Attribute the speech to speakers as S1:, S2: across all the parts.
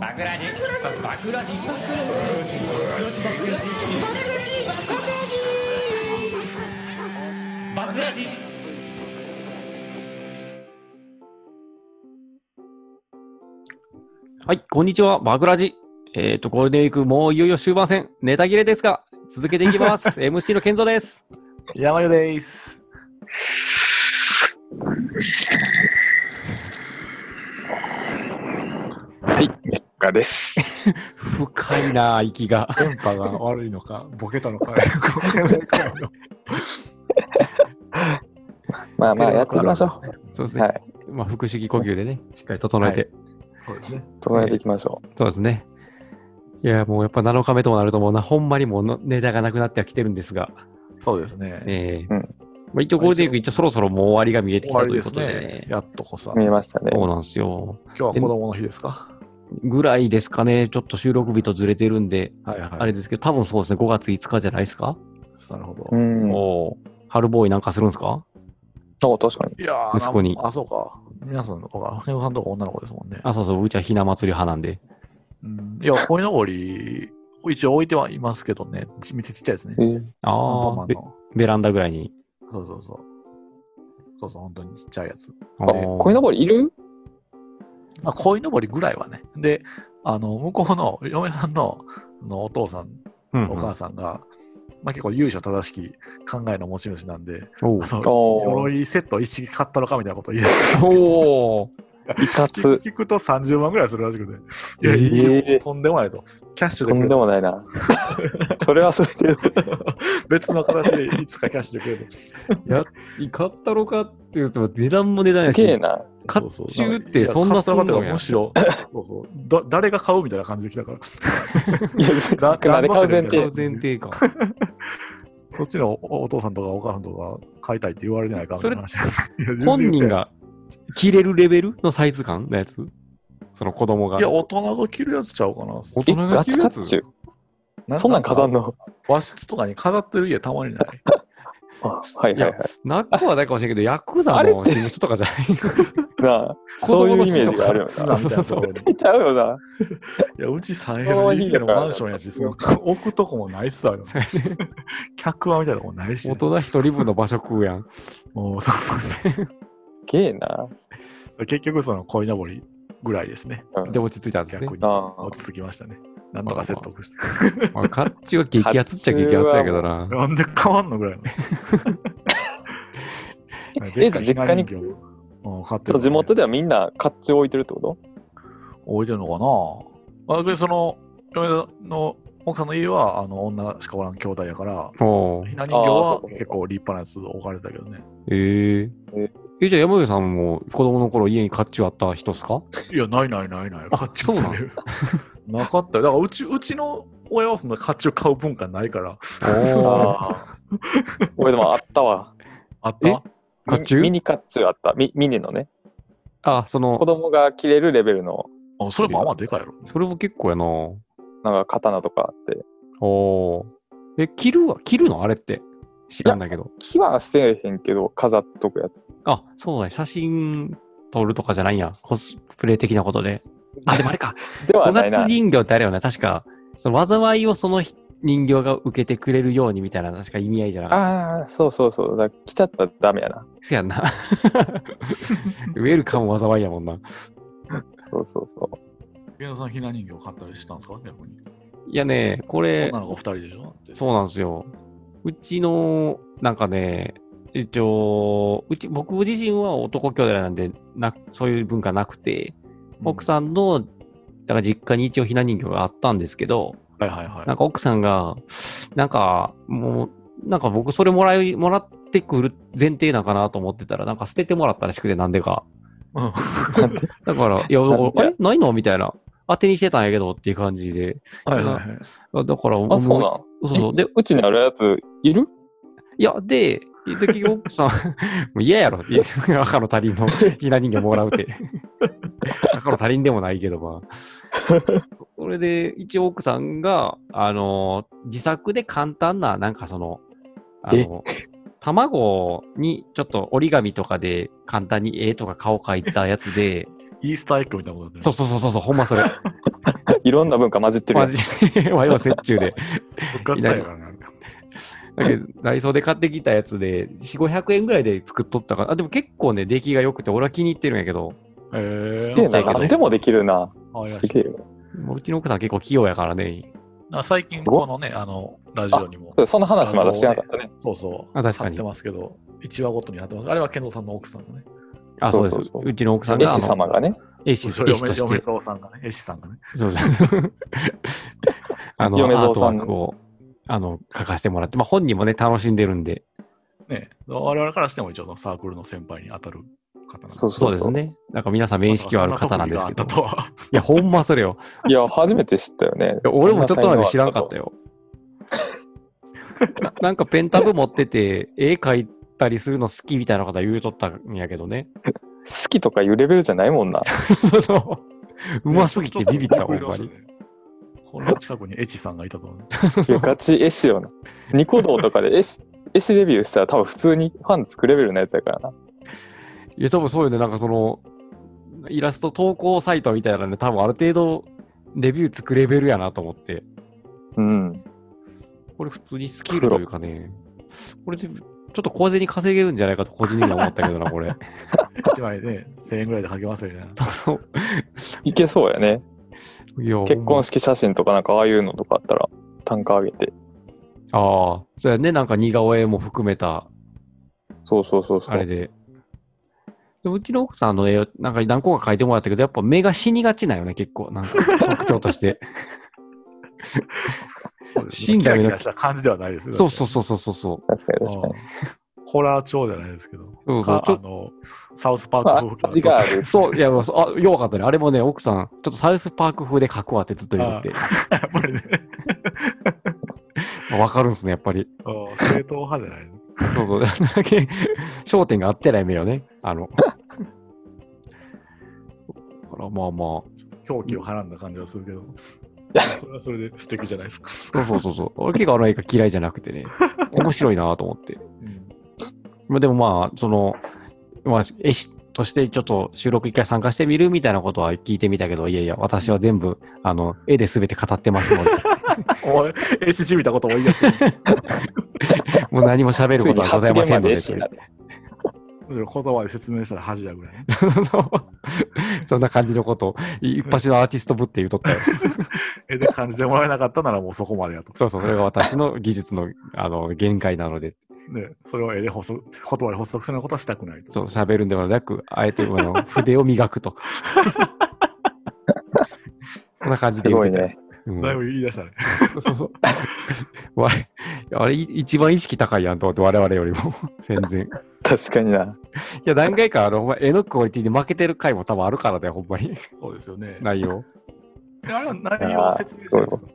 S1: バクラジバクラジバクラジ
S2: はい、こんにちは、バグラジ。えっ、と、ゴールデンウィーク、もういよいよ終盤戦、ネタ切れですが、続けていきます。MC の健三です。
S3: 山よです。
S4: はい、メッカです。
S2: 深いなあ、息が。
S3: 電波が悪いのか、ボケたのか、よくわからないから
S4: まあまあ、やっていきましょう。
S2: そうですね。
S4: はい、
S2: まあ、腹式呼吸でね、しっかり整えて。
S3: そうですね。
S4: 整えていきましょ
S2: そうですね。いや、もうやっぱ7日目ともなると、もうな、ほんまにもうのネタがなくなってはきてるんですが、
S3: そうですね。
S2: えー
S4: うん
S2: まあ、一応ゴールデンウィーク、一応そろそろもう終わりが見えて
S3: 終
S2: きた
S3: わ
S2: と
S3: り
S2: い
S3: で
S2: うこ
S3: す
S2: とで,、
S3: ね。やっとこさ。
S4: う。見
S3: 今
S4: えましたね。
S2: そうなんですよ。
S3: 日は子供の日ですか
S2: ぐらいですかね、ちょっと収録日とずれてるんで、
S3: はいはい。
S2: あれですけど、多分そうですね、5月5日じゃないですか。
S3: なるほど。
S4: うん。
S2: おお、春ボーイなんかするんですか
S4: そう、確かに。
S3: いやー
S2: 息子に
S3: あ、そうか。皆さんの、あ、健吾さんとか女の子ですもんね。
S2: あ、そうそう、うちはひな祭り派なんで。
S3: うん、いや、鯉のぼり、一応置いてはいますけどね。ちめっちゃちっちゃいですね。
S4: え
S3: アン
S4: ー
S2: あ
S3: パン
S2: あ
S3: マン
S2: ベ、
S3: の。
S2: ベランダぐらいに。
S3: そうそうそう。そうそう、本当にちっちゃいやつ。
S4: あ、
S2: おー
S4: こいのぼりいる
S3: まあ、鯉のぼりぐらいはね。で、あの、向こうの嫁さんのあのお父さん
S2: うんうん
S3: お母さんが、まあ、結構勇者正しき考えの持ち主なんで、
S2: おう
S3: あの
S4: おー、
S3: 鎧セット一式買ったのかみたいなこと言い出して
S2: おー
S4: いかつ。
S3: 聞くと30万ぐらいするらしくて、いや、
S2: え
S4: ー
S3: いいよとんでもないと、キャッシュで
S4: と
S3: く
S4: ん
S3: れ
S4: で
S3: と、
S4: もな いな。それはそれで、
S3: 別の形でいつかキャッシュでくれと、
S2: 買ったろかって言うと、値段も値段
S4: す
S2: や
S4: げえ
S2: し、
S4: な。
S2: 甲
S3: そうそう
S2: 冑ってそんなすん
S3: 買ったの
S2: の
S3: か
S2: や
S3: むしろ、そうそうだ誰が買うみたいな感じで来たから、
S4: い や、
S3: ラ
S4: なんで買う
S3: ラ
S4: 前
S3: ンドセルみたい
S2: 買
S3: な
S4: 提
S2: う。前提か。
S3: そっちのおお父さんとかお母さんとか買いたいって言われてないから、
S2: それ
S3: みたいな話いや全然
S2: 本
S3: 言って
S2: 人が着れるレベルのサイズ感のやつその子供が。
S3: いや、大人が着るやつちゃうかな。
S2: 大
S4: え、
S2: 人が
S4: ガ
S2: 着
S4: チ
S2: る
S4: カ
S2: や
S4: ッ
S2: つ
S4: チュ。そんなん飾ん
S3: の
S4: の
S3: 和室とかに飾ってる家たまにない。
S4: あはいはいはい。
S2: なっこはないかもしれんけど、ヤクザの事務所とかじゃない。
S4: なあ、
S2: 子
S4: そう
S2: 供
S4: い
S2: の
S4: うイメー
S2: 日
S4: ジ
S2: と
S4: が
S2: か
S4: あるよ
S3: 普
S4: な。
S3: 段みたいなところに。
S4: ちゃうよな。
S3: いや、うち
S4: 可愛い
S3: 3LDK のマンションやし、その置くとこもないっすわよ。客はみたいなとこもないし、
S2: 大人一人分の場所食うやん。
S3: もうそうそうそ
S4: げえな。
S3: う。結局、その鯉のぼりぐらいですね。
S4: うん
S2: で、落ち着いたんですね
S3: 逆。に。
S4: ああ
S3: 落ち着きましたね。なんとか説得して。
S2: まあ、甲冑は激アツっちゃ激アツやけどな。
S3: なんで変わんのぐらいの。
S4: え実家に
S3: うん買って
S4: そう
S3: る
S4: 地元
S3: で
S4: ではみんな甲冑置いてるってこと
S3: 置いてるのかなあでその、嫁の奥さんの家はあの女しかおらん兄弟やから、
S2: おう
S3: ひな人形
S4: あーそ
S3: は
S4: うか
S3: 結構立派なやつ置かれてたけどね。
S2: ええ
S4: え
S2: え、じゃあ山上さんも子供の頃家に甲冑あった人っすか
S3: いや、ないないないない。
S2: あ
S3: 甲冑
S2: そうなの
S3: ね なかったよ。だからうち、うちの親はそんな甲冑買う文化ないから。
S2: お
S4: あ あ。俺でもあったわ。
S3: あった
S2: え
S4: ミ
S2: 甲冑
S4: ミニ甲冑あった。ミミニのね。
S2: あ、そ
S4: 子
S2: の、
S4: 供が着れるレベルの、
S3: あそれもあんまでかいやろ。
S2: それも結構やな。お
S4: なんか刀とかあって。
S2: お。え、着るわ、着るのあれって。知らんだけど。
S4: 木はせえへんけど、飾っとくやつ。
S2: あ、そうだね。写真撮るとかじゃないんや。コスプレ的なことで。あ、でもあれか。
S4: では
S2: 五
S4: ない
S2: 月
S4: な。
S2: 人形ってあれよね。確か、その災いをその人人形が受けてくれるようにみたいな、確か意味合いじゃなかった。
S4: ああ、そうそうそう。だから来ちゃったらダメやな。
S2: せやんな。 ウェルカム災いやもんな。
S4: そうそうそう。
S3: 宮野さん、ひな人形買ったりしたんですか逆に。
S2: いやね、これ、
S3: 女の子二人でしょ
S2: そうなんですよ。うちの、なんかね、一応、うち、僕自身は男兄弟なんで、なそういう文化なくて、奥さんの、だから実家に一応ひな人形があったんですけど、
S3: ん。はいはいはい。
S2: なんか奥さんが、なんか、もう、なんか僕それもらい、もらってくる前提なんかなと思ってたら、なんか捨ててもらったらしくて、なんでか。
S3: うん
S2: だから、いや、
S4: なんで
S2: えないのみたいな。当てにしてたんやけどっていう感じで。
S3: はいはいはい。
S2: あだから、も
S4: あ、そうなん
S2: そうそう。で
S4: え、うちにあるやついる
S2: いや、で、結局奥さん、も う嫌やろ。 いや赤の他人のひな人形もらうって。赤の他人でもないけど、まあ。それで、一応奥さんが、あの、自作で簡単な、なんかその、あの、卵にちょっと折り紙とかで簡単に絵とか顔描いたやつで、
S3: イースターエッグみたいなことだった
S2: そうそうそうそう、ほんまそれ。
S4: いろんな文化混じってるや
S2: マ
S4: ん
S2: ジで、 和洋折衷で。
S3: 復活祭やからな。
S2: だけど、ダイソーで買ってきたやつで、4、500円ぐらいで作っとったから、あ、でも結構ね、出来が良くて、俺は気に入ってるんやけど、
S3: え
S4: す
S3: ー
S4: げ
S2: ちっ
S4: え
S2: ちゃ
S4: な。
S2: いけど
S4: 何でもできるな。
S3: あいや
S4: すげえよ。
S2: もううちの奥さん結構器用やからね。
S3: あ最近、
S4: すごっ
S3: このね、あの、ラジオにも、
S4: その話まだしてなかったね。
S3: そうそう、
S2: あ確かに
S3: 貼ってますけど、1話ごとに貼ってます。あれは、健三さんの奥さんのね。
S2: あ、そうです。
S4: そううそうそう
S2: ちの奥さん
S4: 絵
S2: が、
S4: 師様がね。
S2: 絵師絵師
S3: それ
S2: と
S3: 嫁
S2: し
S3: 嫁
S2: て、
S3: 蔵さんがね、絵師さんがね。
S2: そうそうそう。あの、
S4: 嫁
S2: アー
S4: 蔵
S2: ト
S4: さ
S2: ワ
S4: ん
S2: ークを、あの、書かせてもらって、まあ本人もね、楽しんでるんで、
S3: ね、我々からしても一応そのサークルの先輩に当たる方なんで
S4: そう
S2: そうですね。なんか皆さん面識はある方なんですけど。
S3: まさかそんな特技があったと
S2: いや、ほんまそれよ。
S4: いや、初めて知ったよね
S2: い。や俺もちょっとまで知らんかったよ。 ななんかペンタブ持ってて、絵描いたりするの好きみたいな方言うとったんやけどね。
S4: 好きとかいうレベルじゃないもんな。
S2: そうそう。うますぎてビビった、ほんまに。。
S3: この近くにエチさんがいたと思う。
S4: いや、ガチ絵師よな。ニコ動とかで 絵師、絵師レビューしたら多分普通にファンつくレベルのやつやからな。
S2: いや、多分そうよね。なんかその、イラスト投稿サイトみたいなので、多分ある程度、レビューつくレベルやなと思って。
S4: うん。
S2: これ普通にスキルというかね。これで、ちょっと小銭稼げるんじゃないかと個人的には思ったけどな、こ れ。
S3: 1枚で1000円ぐらいで書けますよね。
S4: いけそうやね。
S2: いや
S4: 結婚式写真とかなんかああいうのとかあったら単価上げて。
S2: ああ、そうやね、なんか似顔絵も含めた、
S4: そうそうそうそう。
S2: あれで。でうちの奥さんの絵を、なんか何個か描いてもらったけど、やっぱ目が死にがちなんよね、結構、なんか特徴として。死んだよ
S3: キラ
S2: ね
S3: キラした感じではないですよ
S2: そうそうそうそうそうそう。
S4: 確かに確かに。
S3: ホラー調じゃないですけど。
S2: そうそう
S3: か
S2: ちょ
S3: あの、サウスパーク風
S4: 味がある。
S2: そう、いや、もうそうあ、よかったね。あれもね、奥さん、ちょっとサウスパーク風で描くわってずっと言うとって。
S3: やっぱりね、
S2: まあわかるんすね、やっぱり。
S3: うん正統派じゃない。
S2: そう そう。なんだけ、焦点が合ってない目よね。あの。だからまあまあ。
S3: 表記をはらんだ感じはする けど。それはそれで素敵じゃないですか。
S2: そうそうそうそう。俺結構あの映画嫌いじゃなくてね、面白いなと思って。
S3: うん
S2: まあ、でもまあ、その、まあ、絵師としてちょっと収録一回参加してみるみたいなことは聞いてみたけど、いやいや、私は全部、あの、絵で全て語ってますので、
S3: お前、HG 見たことも言い出してる。
S2: もう何も喋ることはございませんので。
S4: ついに発言まで絵師になる
S3: 言葉で説明したら恥だぐらいね。
S2: そんな感じのことを、一発のアーティストぶって言うとったよ。
S3: 絵で感じてもらえなかったならもうそこまでやと。
S2: そうそう、それが私の技術の、あの、限界なので、
S3: ね、それを絵で補足、言葉で補足するようなことはしたくないと。
S2: そう、喋るんではなく、あえて、あ の、筆を磨くと。 そんな感じ
S4: す
S2: で言う
S4: ご
S2: て
S4: い
S2: たよ。
S4: ね。
S2: うん
S3: だいぶ言い出したね。
S2: そうそうそう。我々あれ、い一番意識高いやんと思って、我々よりも、 全然。
S4: 確かにな。
S2: いや、何回か、あの、ほんま絵のクオリティで負けてる回も多分あるからだよ、ほんまに。
S3: そうですよね。
S2: 内容。
S3: であれは内容を説明してるんですか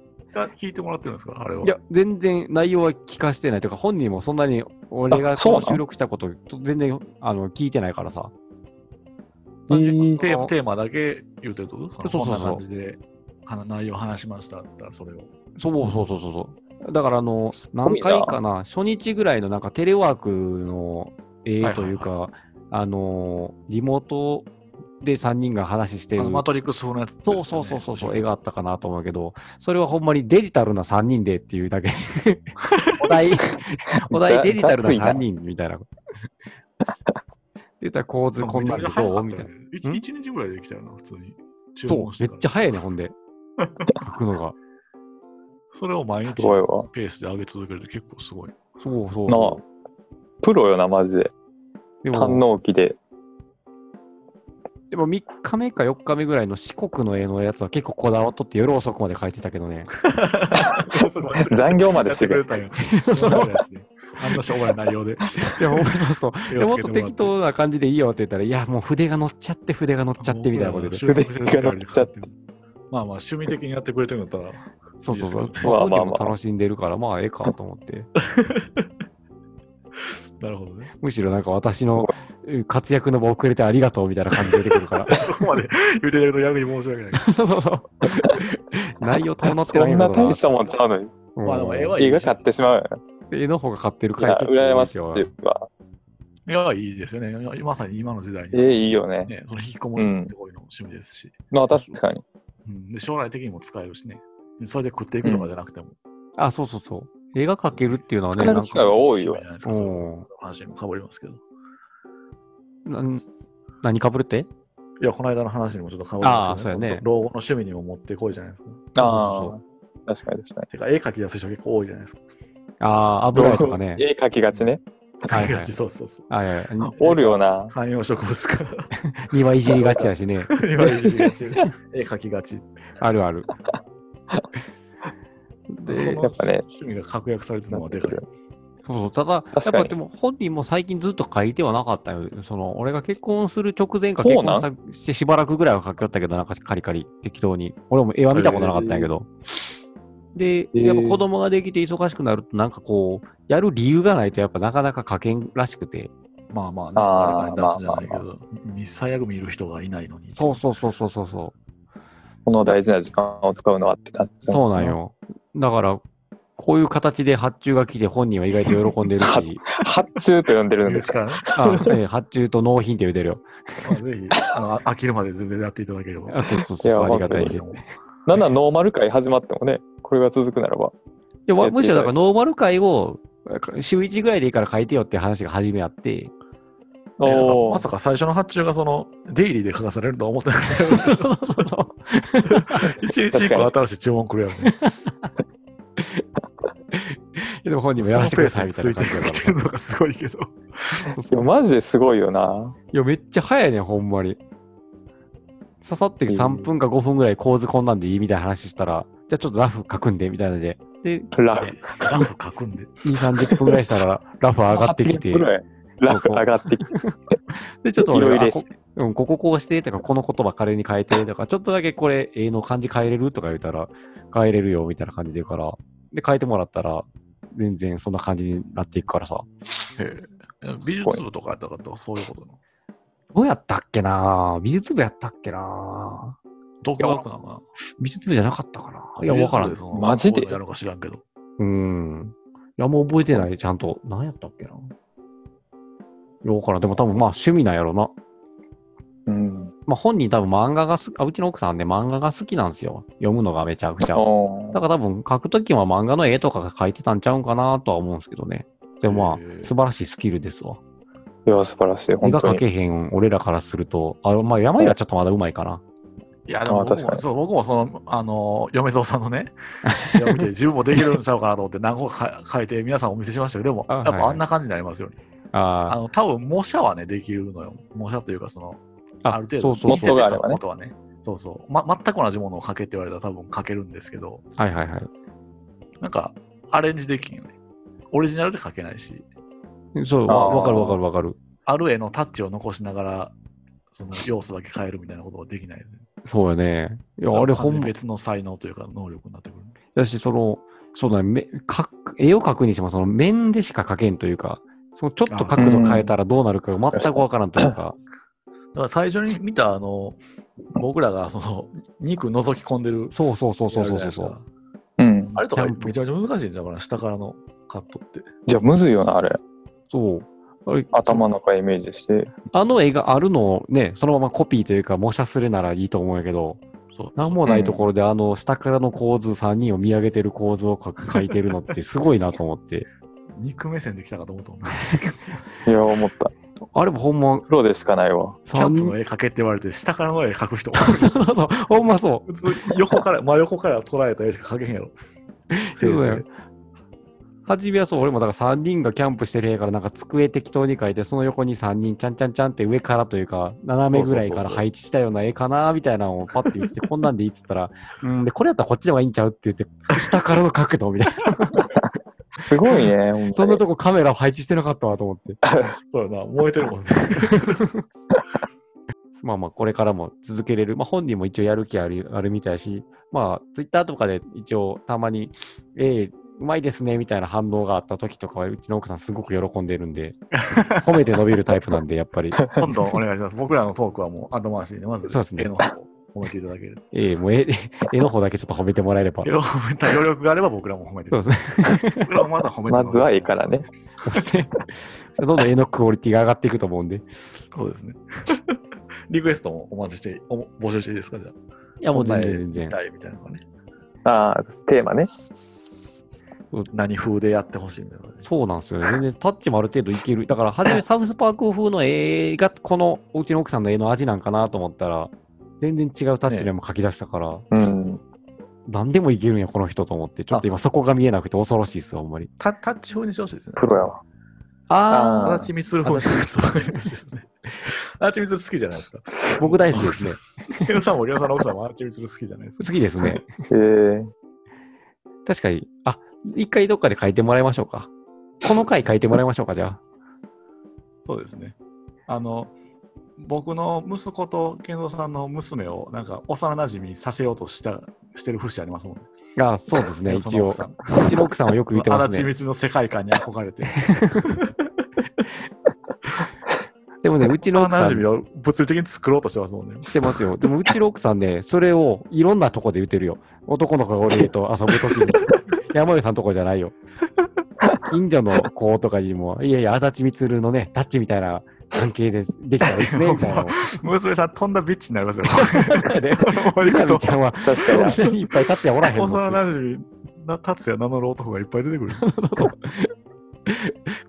S3: あ聞いてもらってるんですかあれは。
S2: いや、全然内容は聞かしてないというか、本人もそんなに俺が
S4: あそうな
S2: こ
S4: の
S2: の収録したこと、と全然、あの、聞いてないからさ。
S3: 単純に
S2: えー
S3: テーマテーマだけ言うてるってこと
S2: そうそうそう
S3: こんな感じであの内容話しましたっつったらそれを。
S2: そうそうそうそうそう。だから、あの、
S4: すご
S2: 何
S4: いな
S2: 回かな、初日ぐらいのなんかテレワークの絵というか、あの、リモートで3人が話して
S3: あ
S2: る
S3: のマトリックス風のやつです
S2: そ
S3: よね
S2: うそうそうそうそう、絵があったかなと思うけど、それはほんまにデジタルな3人でっていうだ けお 題、お題デジタルな3人みたいな。 って言ったら構図こんなんでどうみたいな。
S3: めちゃめちゃ早かったよね一一日ぐらいでできたよな、普通に。注
S2: そう
S3: 文、して
S2: めっ
S3: から
S2: ちゃ早いね、ほんで。書くのが。
S3: それを毎
S4: す
S3: 日
S4: ごいわ。
S3: ペースで上げ続けるって結構すごい。
S2: そうそう。
S4: なあプロよな、マジで。
S2: で
S4: 堪
S2: も、
S4: 能期で。
S2: でも3日目か4日目ぐらいの四国の絵のやつは結構こだわっとって夜遅くまで描いてたけどね。
S4: 残業までして
S3: や
S4: く
S3: っ
S4: れ
S3: てくれたんや。そうなんですねあんなしょうもない内容 で。
S2: いや、ほんまにそうそう。
S3: 絵
S2: で
S3: を
S2: も
S3: つ
S2: っ
S3: け
S2: と
S3: てもら
S2: 適当な感じでいいよって言ったら、いや、もう筆が乗っちゃって、筆が乗っちゃってみたいなことで。
S3: 収録してる時
S4: 筆が乗っちゃって
S3: まあまあ、趣味的にやってくれてるんだったら。
S2: そうそうそう。
S3: です
S4: よね
S2: まあ
S4: まあま
S2: 本人
S4: あまあ
S2: も楽しんでるから、まあ、ええかと思って。
S3: なるほどね。
S2: むしろなんか私のうん活躍の場遅れてありがとうみたいな感じで出てくるから。
S3: そこまで言うてると逆に申し訳ない。
S2: そうそうそう。内容遠のって
S4: そ
S2: ない
S4: ん
S2: けど
S4: な大したもんち ゃうのに。
S2: うん
S3: まあでも絵はいい
S4: 映画買ってしまうよな。
S2: 絵の方が買ってる
S4: い
S2: 回
S4: や、
S2: 結構多
S4: 羨ましい
S2: よ
S4: っていうか。
S3: いや、いいですよね。まさに今の時代に。
S4: ええいいよね。
S3: ね、その引きこもりってこういうの趣味ですし。
S4: まあ、確かに。
S2: う
S3: うんで将来的にも使えるしね。それで食っていくとかじゃなくても、
S2: あ、そうそうそう。映画描けるっていうのはね、
S4: 使える機会は多い
S3: じゃ
S4: よ
S3: な。いですか。そうそう
S2: お
S3: 話にもかぶりますけど。
S2: なん何かぶるって
S3: いや、この間の話にもちょっとかぶりますけ
S2: あ
S3: ど、
S2: ーそうやね
S3: の老後の趣味にも持ってこいじゃないですか。
S4: あ
S2: そ
S4: あ、確かに確かに。
S3: てか、絵描き出す人結構多いじゃないですか。
S2: ああ、油絵とかね。
S4: 絵描きがちね。
S2: はいはい
S3: 描きがちそうそうそう。
S2: あいやいやに
S4: おるよな。
S3: 観葉植物 か。
S2: 庭いじりがちやし ね。
S3: 今いじりがち絵描きがち。
S2: あるあ る。
S3: で、
S2: で、
S3: そ
S2: そう
S3: の
S4: やっぱね
S3: 趣味が確約されてるのはでかい。
S2: そうただ、やっ
S4: 確かに
S2: ぱでも本人も最近ずっと書いてはなかったよ。その俺が結婚する直前か
S4: そ
S2: 結
S4: うな
S2: 婚
S4: ん
S2: したしてしばらくぐらいは書きよったけど、なんかカリカリ適当に。俺も絵は見たことなかったんやけど。で、
S4: ー
S2: やっぱ子供ができて忙しくなると、なんかこう、やる理由がないと、やっぱなかなか書けんらしくて。
S3: まあまあ、ね、
S4: あ
S3: 誰
S4: ー
S3: かに出すじゃないけど、み最悪見る人がいないのに。
S2: そうそうそうそうそうそう。
S4: この大事な時間を使うのはってなっちゃう。
S2: そうなん。よ。だから、こういう形で発注が来て本人は意外と喜んでるし、
S4: 発注と呼んでるん
S3: 身
S4: で
S3: 内
S4: す
S3: か
S4: から
S3: ね。
S2: あええ発注と納品って言うてるよ。
S3: まあぜ ひ、あの飽きるまで全然やっていただければ。
S2: あそうそう
S4: い
S2: そ
S4: や
S2: う、ありが
S4: 本当
S2: た
S4: に
S2: いし。い
S4: なんならノーマル会始まってもね、これが続くならば。
S2: やわむしろだからノーマル会を週1ぐらいでいいから書いてよって話が初めあって、
S3: ねなんか
S4: お
S3: ま
S4: ー
S3: さか最初の発注がその、デイリーで書かされるとは思ってない。 一日一個新しい注文くれよ、ね。
S2: でも本人もやらせてくださいみたいな感じ
S3: そ
S2: だ
S3: のペ
S2: か
S3: ース
S2: ら
S3: についていくっていうのがすごいけど。
S4: でもマジですごいよな。
S2: いや、めっちゃ早いね、ほんまに。刺さって3分か5分ぐらい構図こんなんでいいみたいな話したら、じゃあちょっとラフ書くんで、みたいなので。で、
S4: ラフ。
S3: ラフ書くんで。
S2: 2、30分ぐらいしたら ラフ上がってきて。
S4: ラフ上がってきて。
S2: で、ちょっと俺
S4: いろ
S2: が、
S4: いろ
S2: あこうん、こここうしてとか、この言葉彼に変えてとか、ちょっとだけこれ、絵の漢字変えれるとか言ったら、変えれるよみたいな感じで言うから、で、変えてもらったら、全然そんな感じになっていくからさ。
S3: へえ美術部とかやったかったらそういうことなの。
S2: どうやったっけな美術部やったっけな
S3: 独学なのかな
S2: 美術部じゃなかったかないや、わからん。
S4: マジで
S3: やるか知らんけど。
S2: うん。いや、もう覚えてない、ちゃんと。何やったっけないや、わからん。でも多分まあ趣味なんやろな。
S4: うん。
S2: まあ本人多分漫画が好き、あ、うちの奥さんね、漫画が好きなんですよ。読むのがめちゃ くちゃ。
S4: おー
S2: だから多分描くときは漫画の絵とかが描いてたんちゃうんかなとは思うんですけどね。でもま
S3: へえ
S2: あ、素晴らしいスキルですわ。
S4: いや、素晴らしい。
S2: 絵
S4: 本
S2: が
S4: 当
S2: 描
S4: に。
S2: けへん俺らからすると、あまあ、山井はちょっとまだうまいかな。
S3: いや、でも
S4: あ
S3: 僕
S4: 確か
S3: も
S4: に
S3: そう僕もその、あの、嫁蔵さんの ね、いや見て自分もできるんちゃうかなと思って何個か書いて皆さんお見せしましたけど、でも、
S2: あ
S3: やっぱ
S2: はいはい
S3: あんな感じになりますよね。あ
S2: あ
S3: の、多分模写はね、できるのよ。模写というか、その、
S2: あ
S3: ある程度、
S2: そうそうそう。
S4: 元があればね
S3: ことはね。そうそう。ま、全く同じものを書けって言われたら多分書けるんですけど、
S2: はいはいは
S3: なんか、アレンジできんよね。オリジナルで書けないし、
S2: い。そう、
S4: あ
S2: わ
S4: ー
S2: わかるわかるわかる。
S3: ある絵のタッチを残しながら、その要素だけ変えるみたいなことはできないですね。
S2: そうよね。いや、あれ本
S3: 完全
S2: 物
S3: に別の才能というか、能力になってくる。
S2: だし、その、そうだね、め描く絵を描くにしても、その面でしか描けんというか、そのちょっと角度変えたらどうなるかが全くわからんというか、
S3: だから最初に見たあの僕らがその肉覗き込んでる
S2: そうそうそうそうそうそう
S3: じゃないですか
S4: うん。
S3: あれとかめちゃめちゃ難しいんじゃうかな下からのカットって
S4: じゃあ、むずいよな、あれ。
S2: そう。あれ
S4: 頭の中イメージして。
S2: あの絵があるのをね、そのままコピーというか模写するならいいと思うんやけど、
S3: そう
S2: なんもないところであの下からの構図、3人を見上げてる構図を描く描いてるのってすごいなと思 って。
S3: 肉目線できたかと思ったもん
S4: いや、思った。
S2: あれもほんま、
S4: プロでしかないわ。
S3: キャンプの
S2: 3
S3: 絵描けって言われて下からの絵描く人
S2: 人。 そうそう、ほんまそ
S3: 普通横から真横から捉えた絵しか描けへんやろ
S2: う。そうだよ。初めはそう、俺もだから3人がキャンプしてる部屋からなんか机適当に描いて、その横に3人ちゃんちゃんちゃんって上からというか、斜めぐらいか
S3: そうそうそう
S2: ら
S3: そう
S2: 配置したような絵かなみたいなのをパッて言って、こんなんでいいっつった ら、うん、で、これやったらこっちの方がいいんちゃうって言って、下からの角度みたいな。
S4: すごい ね、ほん
S2: そ
S4: と
S2: んな
S4: に。
S2: とこカメラ配置してなかったわと思って。
S3: そうやな燃えてるもんね
S2: まあまあ、これからも続けれる。まあ本人も一応やる気あるあるみたいし、まあ、ツイッターとかで一応たまに、ええうまいですねみたいな反応があった時とかは、うちの奥さんすごく喜んでるんで、褒めて伸びるタイプなんで、やっぱり、
S3: 今度お願いします僕らのトークはもう後回しでまず
S2: そうですね
S3: 絵の方を褒めていただける
S2: ええもう絵絵の方だけちょっと褒めてもらえれば
S3: 絵。を褒めた余力があれば僕らも褒めて
S2: そ
S3: く
S2: う
S3: だ
S2: です
S3: さい
S2: ね。
S3: 僕らもまだ褒めて
S4: まずは絵からね。
S2: そうですねどんどん絵のクオリティが上がっていくと思うんで。
S3: そうですね。リクエストもお待ちして、お募集していいですかじゃあ。
S2: や、もう全然全
S3: み
S2: 然。
S3: たいみたいなのがね。
S4: ああ、テーマね。
S3: 何風でやってほしいみたいなのがね。
S2: そうなんですよね。全然タッチもある程度いける。だから、初めサウスパーク風の絵が、このうちの奥さんの絵の味なんかなと思ったら、全然違うタッチでも書き出したから、
S4: うん。
S2: 何でもいけるんや、この人と思って。ちょっと今そこが見えなくて恐ろしいですよ、あんまり。
S3: タタッチ風にしてほしいですね。
S4: プロやわ。
S2: あ
S4: あ
S3: 足立みつる風にしてほしいですね。足立みつる好きじゃないですか。
S2: あ、僕大好きですね。
S3: ケンさんもケンさんの奥さんも足立みつる好きじゃないです
S2: 好
S3: か。
S2: きですね。
S4: ええ
S2: 確かに。あ、一回どっかで書いてもらいましょうか。この回書いてもらいましょうか、じゃあ。
S3: そうですね。あの、僕の息子と健三さんの娘をなんか幼馴染にさせようとしたしてる節ありますもんね。
S2: あそうですね、
S3: 健三
S2: 一
S3: の
S2: 応。う
S3: 奥さん
S2: ちの奥さんはよく見てま
S3: 足
S2: す
S3: 立
S2: ね。
S3: みつるの世界観に憧れて。
S2: でもね、うちの奥
S3: 幼
S2: さ
S3: 馴
S2: ん
S3: 染を物理的に作ろうとしてますもんね。
S2: してますよ。でもうちの奥さん ね、それをいろんなとこで言ってるよ。男の子が俺と遊ぶとき に。山上さんとこじゃないよ。近所の子とかにも、いやいや、足立みつるのね、タッチみたいな関係でできたらいいです ね、みたいなのを。
S3: 娘さん、飛んだビッチになりま すよ。
S2: で、
S3: もう
S2: みな
S3: 行く
S2: み
S3: と
S2: ちゃんは、
S4: 確かに な。
S2: そんなにいっぱいタッチはおらへんのって
S3: 幼馴染な達也名乗る男がいっぱい出てくる。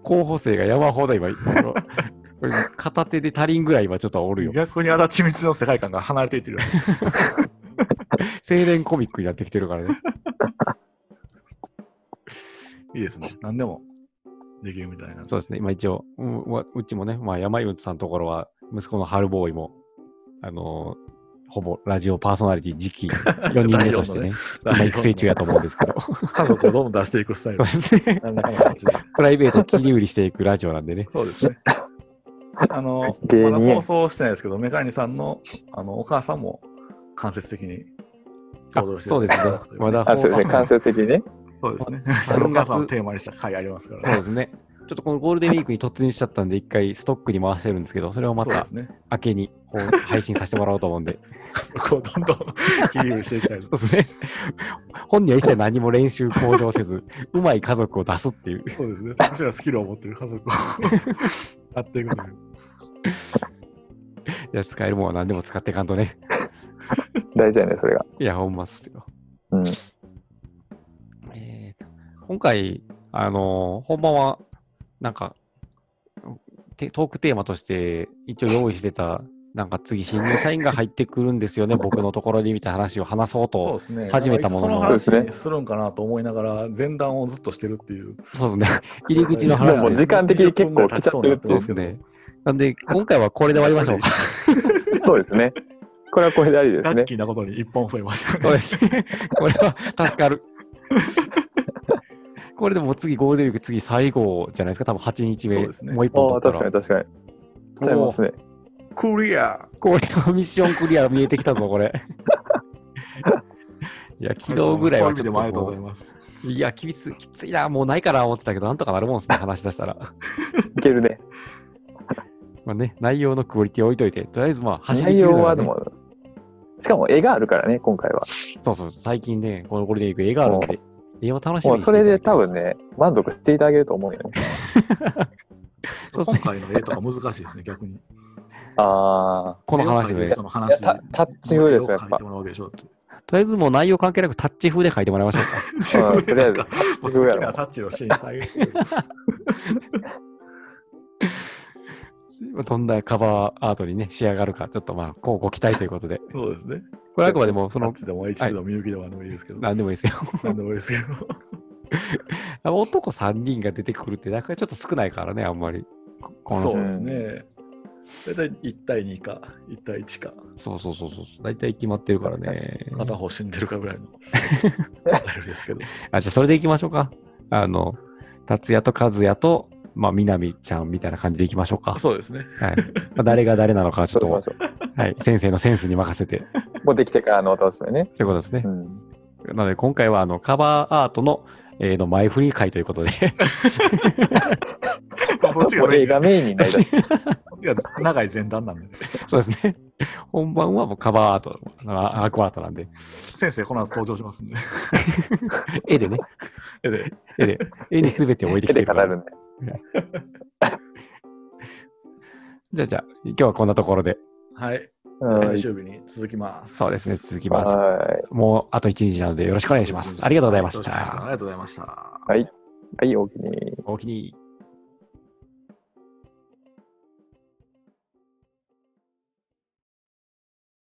S2: 候補生が山ほど今、これ片手で足りんぐらい今ちょっとおる よ。
S3: 逆に足立光の世界観が離れていってるよね。
S2: 青年コミックになってきてるからね。
S3: いいですね。何でもできるみたいな。
S2: そうですね、今一応、うんわうちもね、まあ、山内さんのところは、息子の春ボーイも、あのーほぼラジオパーソナリティ次 期4人目としてね、今育成中やと思うんですけど、そ
S3: 家族をどんどん出していくスタイル
S2: う。ですね、
S3: 何らかの形で
S2: プライベートを切り売りしていくラジオなんでね、
S3: そうですね。 あの、
S4: 芸人
S3: まだ放送してないですけど、メカニさんのあのお母さんも間接的に
S2: あ
S3: 登場して
S2: そうですね、まだ
S4: あ、そうですね。間接的にね。
S3: そうです ね。
S2: 3
S3: あのお母さんを
S2: 月
S3: テーマにした回ありますから。
S2: そうですね、ちょっとこのゴールデンウィークに突入しちゃったんで、一回ストックに回してるんですけど、それをま
S3: そうで
S2: た
S3: すね。
S2: 明けにこう配信させてもらおうと思うんで、
S3: こうどんどん 切り売りしていきたいです
S2: そうですね、本人は一切何も練習向上せず、うまい家族を出すっていう。
S3: そうですね。私らスキルを持ってる家族を 使っていくという。
S2: いや、使えるものは何でも使っていかんとね。
S4: 大事やね、それが。
S2: いや、ほんまっすよ。
S4: うん。
S2: えーと今回、あのー、ほんまは、なんか、てトークテーマとして一応用意してた、なんか次、新入社員が入ってくるんですよね、僕のところにみたいな話を話そう
S3: そう
S2: と。
S3: ですね。
S2: 始めたものの
S3: なんかいつその話にするんかなと思いながら、前段をずっとしてるっていう。
S2: そうですね。 入り口の
S4: もうも
S2: 話
S4: う
S2: で。
S4: 時間的に結構来ちゃってるって
S2: そうで
S4: いう。
S2: すね。なんで、今回はこれで終わりましょうか。
S4: そうですね。これはこれでありで
S3: ラ
S4: す
S3: ッ
S4: ね。
S3: キーなことに一本増えました
S2: そう
S3: ね。
S2: ですね。これは助かる。これでもう次、ゴールデンウィーク、次、最後じゃないですか、多分8日目、
S3: そうですね
S2: もう一
S4: ああ、
S2: 本取
S4: 確
S2: っ
S4: か
S2: たら。
S4: に確かに。来ちゃいますね。
S3: クリア
S2: これはミッションクリア見えてきたぞ、これ。 いや、昨日ぐらい
S3: そ
S2: は
S3: ういう意味
S2: ち
S3: で
S2: ょっ
S3: もあり
S2: と
S3: がとうござい
S2: も
S3: ます。
S2: ういや、きつきついな、もうないから思ってたけど、なんとかなるもんですね、話し出したら。
S4: いけるね。
S2: まあね、内容のクオリティ置いといて、とりあえずまあ、走り切る
S4: 内容
S2: のが
S4: は
S2: ね
S4: でも、しかも絵があるからね、今回は。
S2: そうそう、最近ね、このゴールデンウィーク映画あるんで、映画楽しみ
S4: も
S2: にし
S4: う
S2: て
S4: それで
S2: いた
S4: 多
S2: だき
S4: 分ね、満足していただけると思うよね。
S2: そうです
S3: 今
S2: ね
S3: 回の絵とか難しいですね、逆に。
S4: あ
S2: この話で、
S3: 絵を描いてる
S2: と
S3: 人の
S4: あ。いや
S3: 話
S4: タタッチ風で
S3: 絵を
S4: すよ、やっ
S3: 描い
S4: ぱ
S3: て。もらうわけでしょって
S2: りあえずもう内容関係なくタッチ風で書いてもらいましょうか。
S4: うんとりあえず
S3: なんかもう
S4: 自
S3: 好
S4: 分や
S3: き
S4: ろ
S3: なタッチのシーン再現してる。
S2: どんなカバーアートにね、仕上がるか、ちょっとまあ、こうご期待ということで。
S3: そうですね。
S2: これはあくまでも、そ
S3: タッ
S2: の、
S3: チでも H2 でもみゆきでも何でもいいですけど。
S2: なんでもいいですよ。
S3: 何でもいいですけど。
S2: 男3人が出てくるって、なんかちょっと少ないからね、あんまり。ここの
S3: そうですね。大体1対2か、1対1か、
S2: そうそうそうそうそう。大体決まってるからね。
S3: 片方死んでるかぐらいのあれですけど。
S2: あ、じゃあそれでいきましょうか。あの、達也と和也と、まあ、南ちゃんみたいな感じでいきましょ うか。
S3: そうですね。
S2: はい。まあ、誰が誰なのか、ち
S4: そ
S2: ょ
S4: うしま
S2: っ
S4: しょう。
S2: と、はい。先生のセンスに任せて、
S4: もうできてからのお楽しみね。
S2: ということですね
S4: う。ん。
S2: なので、今回は、あの、カバーアートの、えーの前振り会ということで、
S3: まあそっち
S4: も
S3: が
S4: う
S3: メイ
S4: 映
S3: ン、こ
S4: 画メインになりだし。
S3: っちが長い前段なんで。
S2: そうですね。本番はもうカバーアート、あアークアートなんで、
S3: 先生、この後登場しますんで。
S2: 絵でね、
S3: 絵で
S2: 絵で、絵に全てを置いて
S4: 手
S2: きてるか
S4: で語
S2: ら
S4: るんで。
S2: じゃあじゃあ、今日はこんなところで。
S3: はい。
S4: うん
S3: 最終日に続きます。
S2: そうですね、続きます。
S4: は
S2: もうあと1日なのでよろしくお願いします。ありがとうございまし
S3: はあり
S2: た。
S3: がとうございました。
S4: い。はい、おおきに。
S2: おおきに。